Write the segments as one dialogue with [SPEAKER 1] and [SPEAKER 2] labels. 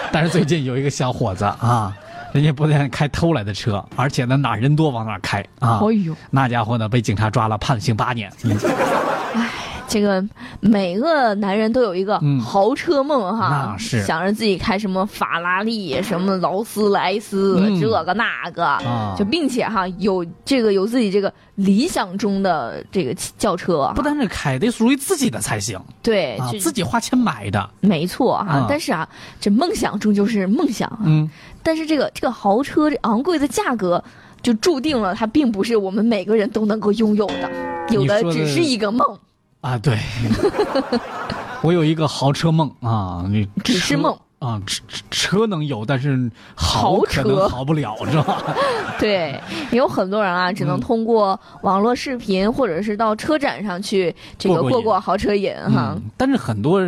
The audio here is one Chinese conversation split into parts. [SPEAKER 1] 但是最近有一个小伙子啊，人家不但开偷来的车，而且呢哪人多往哪开啊。
[SPEAKER 2] 哎呦，
[SPEAKER 1] 那家伙呢被警察抓了，判刑八年。嗯
[SPEAKER 2] 这个每个男人都有一个
[SPEAKER 1] 嗯
[SPEAKER 2] 豪车梦哈，
[SPEAKER 1] 那是
[SPEAKER 2] 想着自己开什么法拉利、什么劳斯莱斯，
[SPEAKER 1] 嗯
[SPEAKER 2] 这个那个，
[SPEAKER 1] 啊
[SPEAKER 2] 就并且哈有这个有自己这个理想中的这个轿车哈，
[SPEAKER 1] 不单是开，得属于自己的才行
[SPEAKER 2] 对，
[SPEAKER 1] 啊
[SPEAKER 2] 这，
[SPEAKER 1] 自己花钱买的。
[SPEAKER 2] 没错哈、
[SPEAKER 1] 啊
[SPEAKER 2] 但是啊，这梦想终究是梦想啊，
[SPEAKER 1] 嗯，
[SPEAKER 2] 但是这个这个豪车这昂贵的价格，就注定了它并不是我们每个人都能够拥有的，有
[SPEAKER 1] 你
[SPEAKER 2] 的
[SPEAKER 1] 说的
[SPEAKER 2] 只是一个梦，
[SPEAKER 1] 啊， 对，我有一个豪车梦啊，你
[SPEAKER 2] 只是
[SPEAKER 1] 车
[SPEAKER 2] 梦
[SPEAKER 1] 啊，车车能有，但是豪
[SPEAKER 2] 豪
[SPEAKER 1] 可能
[SPEAKER 2] 车啊
[SPEAKER 1] 豪不了，是 吧？
[SPEAKER 2] 对，也有很多人啊，只能
[SPEAKER 1] 嗯
[SPEAKER 2] 通过网络视频或者是到车展上去这个
[SPEAKER 1] 过过瘾
[SPEAKER 2] 过过豪车瘾哈。
[SPEAKER 1] 嗯，但是很多，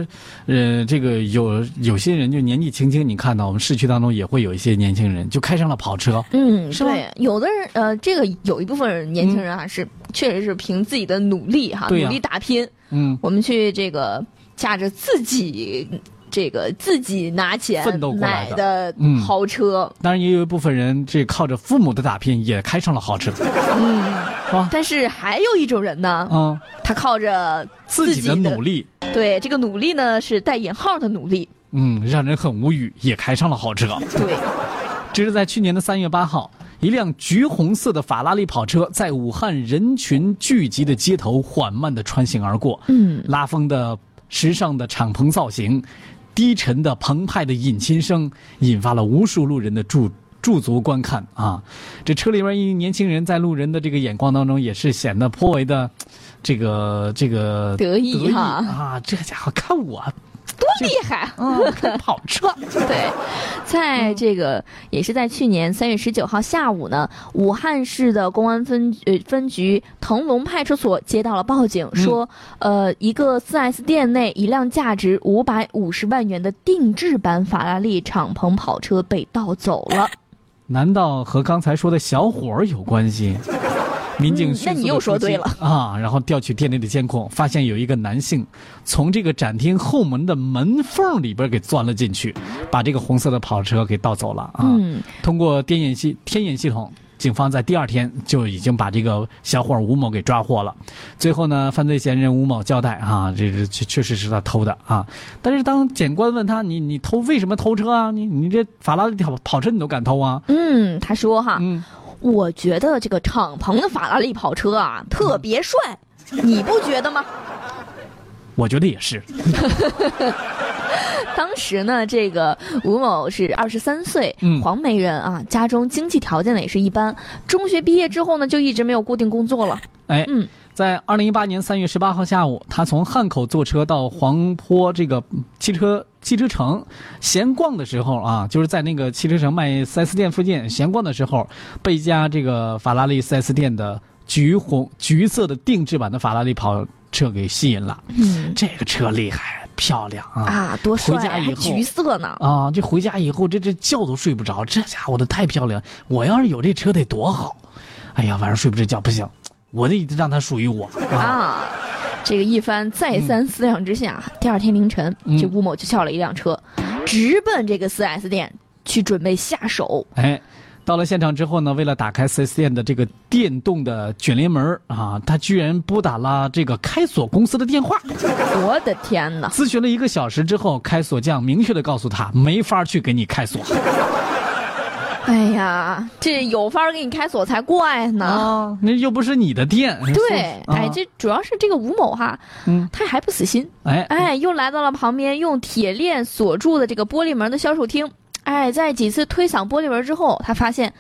[SPEAKER 1] 呃，这个有有些人就年纪轻轻，你看到我们市区当中也会有一些年轻人就开上了跑车，
[SPEAKER 2] 嗯，
[SPEAKER 1] 是吗
[SPEAKER 2] 对，有的人呃，这个有一部分年轻人啊，是确实是凭自己的努力哈，
[SPEAKER 1] 对呀
[SPEAKER 2] 努力打拼，
[SPEAKER 1] 嗯，
[SPEAKER 2] 我们去这个驾着自己这个自己拿钱
[SPEAKER 1] 奋斗过来
[SPEAKER 2] 买
[SPEAKER 1] 的
[SPEAKER 2] 的
[SPEAKER 1] 嗯
[SPEAKER 2] 豪车，
[SPEAKER 1] 当然也有一部分人这靠着父母的打拼也开上了豪车，
[SPEAKER 2] 但是还有一种人呢，
[SPEAKER 1] 嗯，
[SPEAKER 2] 他靠着
[SPEAKER 1] 自己的努
[SPEAKER 2] 力，
[SPEAKER 1] 力，
[SPEAKER 2] 对这个努力呢是带引号的努力，
[SPEAKER 1] 嗯，让人很无语，也开上了豪车。
[SPEAKER 2] 对，
[SPEAKER 1] 这是在去年的三月八号，一辆橘红色的法拉利跑车在武汉人群聚集的街头缓慢地穿行而过。
[SPEAKER 2] 嗯，
[SPEAKER 1] 拉风的、时尚的敞篷造型，低沉的、澎湃的引擎声，引发了无数路人的驻驻足观看啊！这车里边一年轻人在路人的这个眼光当中，也是显得颇为的，这个这个
[SPEAKER 2] 得意哈
[SPEAKER 1] 啊！这家伙看我
[SPEAKER 2] 多厉害！
[SPEAKER 1] 啊，开跑车，
[SPEAKER 2] 对，
[SPEAKER 1] 嗯
[SPEAKER 2] 在这个也是在去年三月十九号下午呢，武汉市的公安分呃分局腾龙派出所接到了报警，
[SPEAKER 1] 嗯
[SPEAKER 2] 说呃一个 4S 店内一辆价值五百五十万元的定制版法拉利敞篷跑车被盗走了。
[SPEAKER 1] 难道和刚才说的小伙儿有关 系？民警
[SPEAKER 2] 嗯
[SPEAKER 1] 迅速地
[SPEAKER 2] 那你又说对
[SPEAKER 1] 出击啊！然后调取店内的监控，发现有一个男性从这个展厅后门的门缝里边给钻了进去，把这个红色的跑车给盗走了啊！
[SPEAKER 2] 嗯，
[SPEAKER 1] 通过电眼系天眼系统，警方在第二天就已经把这个小伙儿吴某给抓获了。最后呢，犯罪嫌疑人吴某交代啊，这是确确实是他偷的啊。但是当检官问他，你你偷为什么偷车啊？你你这法拉利跑跑车你都敢偷啊？
[SPEAKER 2] 嗯，他说哈，
[SPEAKER 1] 嗯，
[SPEAKER 2] 我觉得这个敞篷的法拉利跑车啊
[SPEAKER 1] 嗯
[SPEAKER 2] 特别帅，你不觉得吗？
[SPEAKER 1] 我觉得也是。
[SPEAKER 2] 当时呢，这个吴某是二十三岁
[SPEAKER 1] 嗯，
[SPEAKER 2] 黄梅人啊，家中经济条件呢也是一般。中学毕业之后呢，就一直没有固定工作了。
[SPEAKER 1] 哎，
[SPEAKER 2] 嗯
[SPEAKER 1] 在二零一八年三月十八号下午，他从汉口坐车到黄坡这个嗯汽车汽车城闲逛的时候啊，就是在那个汽车城卖 4S 店附近闲逛的时候，被一家这个法拉利 4S 店的橘红橘色的定制版的法拉利跑车给吸引了。
[SPEAKER 2] 嗯
[SPEAKER 1] 这个车厉害，漂亮啊！
[SPEAKER 2] 啊，多帅
[SPEAKER 1] 回
[SPEAKER 2] 啊，
[SPEAKER 1] 家以
[SPEAKER 2] 还
[SPEAKER 1] 后
[SPEAKER 2] 橘色呢。
[SPEAKER 1] 啊，这回家以后，这这觉都睡不着，这家伙的太漂亮！我要是有这车得多好！哎呀，晚上睡不着觉，不行，我得让它属于我啊！
[SPEAKER 2] 啊，这个一番再三思量之下，第二天凌晨，
[SPEAKER 1] 嗯
[SPEAKER 2] 这吴某就叫了一辆车，直奔这个 4S 店去准备下手。
[SPEAKER 1] 哎，到了现场之后呢，为了打开四 S 店的这个电动的卷帘门儿啊，他居然拨打了这个开锁公司的电话，
[SPEAKER 2] 我的天哪！
[SPEAKER 1] 咨询了一个小时之后，开锁匠明确的告诉他，没法去给你开锁
[SPEAKER 2] 哎呀，这有法儿给你开锁才怪呢。
[SPEAKER 1] 啊，那又不是你的店。
[SPEAKER 2] 哦对，
[SPEAKER 1] 啊
[SPEAKER 2] 哎，这主要是这个吴某哈，
[SPEAKER 1] 嗯
[SPEAKER 2] 他还不死心，
[SPEAKER 1] 哎
[SPEAKER 2] 哎，又来到了旁边用铁链锁住的这个玻璃门的销售厅。哎，在几次推搡玻璃门之后，他发现，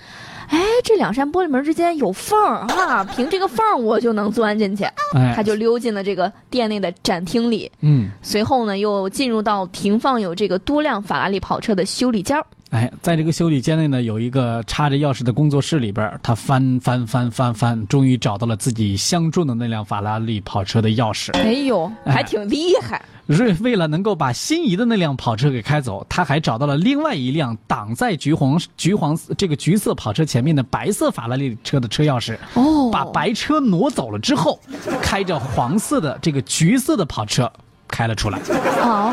[SPEAKER 2] 哎，这两扇玻璃门之间有缝儿啊，凭这个缝儿我就能钻进去。他
[SPEAKER 1] 哎，
[SPEAKER 2] 就溜进了这个店内的展厅里，
[SPEAKER 1] 嗯。
[SPEAKER 2] 随后呢，又进入到停放有这个多辆法拉利跑车的修理间儿。
[SPEAKER 1] 哎，在这个修理间内呢，有一个插着钥匙的工作室里边儿，他翻翻翻翻翻，终于找到了自己相中的那辆法拉利跑车的钥匙。
[SPEAKER 2] 哎呦，还挺厉害。
[SPEAKER 1] 瑞为了能够把心仪的那辆跑车给开走，他还找到了另外一辆挡在橘黄橘黄这个橘色跑车前面的白色法拉利车的车钥匙，
[SPEAKER 2] 哦
[SPEAKER 1] 把白车挪走了之后，开着黄色的这个橘色的跑车开了出来。
[SPEAKER 2] 哦，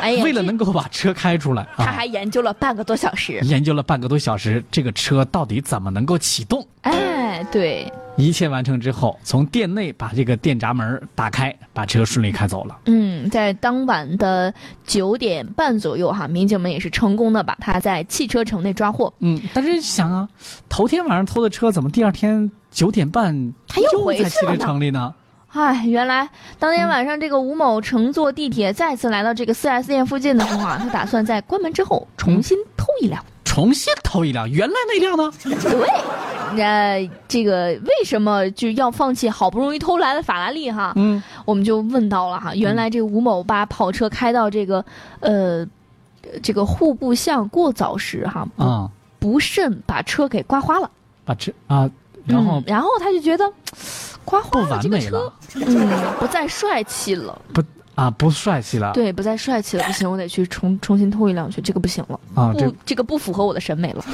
[SPEAKER 2] 哎呀，
[SPEAKER 1] 哎为了能够把车开出来
[SPEAKER 2] 这他
[SPEAKER 1] 啊，
[SPEAKER 2] 还研究了半个多小时。
[SPEAKER 1] 研究了半个多小时，这个车到底怎么能够启动？
[SPEAKER 2] 哎，对，
[SPEAKER 1] 一切完成之后，从店内把这个电闸门打开，把车顺利开走了。
[SPEAKER 2] 嗯，在当晚的九点半左右哈，民警们也是成功的把他在汽车城内抓获，
[SPEAKER 1] 嗯，但是想啊，头天晚上偷的车，怎么第二天九点半
[SPEAKER 2] 他又回去
[SPEAKER 1] 在
[SPEAKER 2] 了
[SPEAKER 1] 汽车
[SPEAKER 2] 呢
[SPEAKER 1] 城里呢？
[SPEAKER 2] 唉，原来当天晚上，这个吴某乘坐地铁再次来到这个 4S 店附近的时候啊，他打算在关门之后重新偷一辆。
[SPEAKER 1] 重新偷一辆，原来那辆呢？
[SPEAKER 2] 对，那这个为什么就要放弃好不容易偷来的法拉利哈？
[SPEAKER 1] 嗯，
[SPEAKER 2] 我们就问到了哈，原来这吴某把跑车开到这个呃这个户部巷过早时哈，不
[SPEAKER 1] 啊、
[SPEAKER 2] 不慎把车给刮花了。
[SPEAKER 1] 把车啊，然后
[SPEAKER 2] 嗯然后他就觉得刮
[SPEAKER 1] 不
[SPEAKER 2] 花了
[SPEAKER 1] 完
[SPEAKER 2] 这个
[SPEAKER 1] 美
[SPEAKER 2] 车
[SPEAKER 1] 了，，
[SPEAKER 2] 嗯，不再帅气了。
[SPEAKER 1] 不啊，不帅气了。
[SPEAKER 2] 对，不再帅气了，不行，我得去重重新偷一辆去，这个不行了，
[SPEAKER 1] 啊，
[SPEAKER 2] 不
[SPEAKER 1] 这，
[SPEAKER 2] 这个不符合我的审美 了。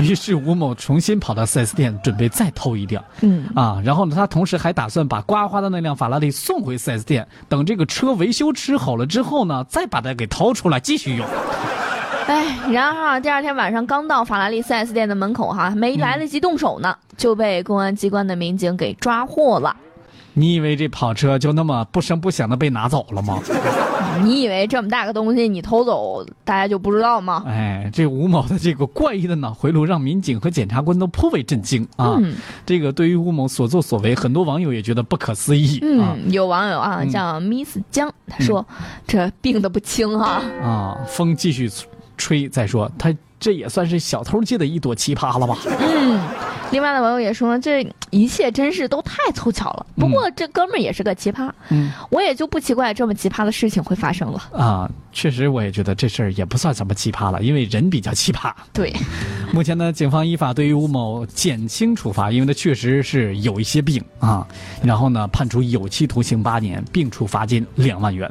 [SPEAKER 1] 于是吴某重新跑到 4S 店，准备再偷一辆
[SPEAKER 2] 嗯，
[SPEAKER 1] 啊。然后呢，他同时还打算把刮花的那辆法拉利送回 4S 店，等这个车维修吃好了之后呢，再把它给掏出来继续用。
[SPEAKER 2] 哎，然后啊，第二天晚上刚到法拉利 4S 店的门口哈，没来得及动手呢，就被公安机关的民警给抓获了。
[SPEAKER 1] 你以为这跑车就那么不声不响的被拿走了 吗？
[SPEAKER 2] 嗯啊你以为这么大个东西你偷走，大家就不知道吗？
[SPEAKER 1] 哎，这吴某的这个怪异的脑回路让民警和检察官都颇为震惊啊！
[SPEAKER 2] 嗯
[SPEAKER 1] 这个对于吴某所作所为，很多网友也觉得不可思议啊、
[SPEAKER 2] 嗯，有网友啊
[SPEAKER 1] 嗯
[SPEAKER 2] 叫 Miss 江，他说这病得不轻哈、
[SPEAKER 1] 啊！风继续吹，再说他这也算是小偷界的一朵奇葩了 吧？
[SPEAKER 2] 嗯，另外的网友也说，这一切真是都太凑巧了。不过这哥们儿也是个奇葩，
[SPEAKER 1] 嗯
[SPEAKER 2] 我也就不奇怪这么奇葩的事情会发生了。
[SPEAKER 1] 啊，确实我也觉得这事儿也不算什么奇葩了，因为人比较奇葩。
[SPEAKER 2] 对，
[SPEAKER 1] 目前呢，警方依法对于吴某减轻处罚，因为他确实是有一些病啊，然后呢判处有期徒刑八年，并处罚金两万元。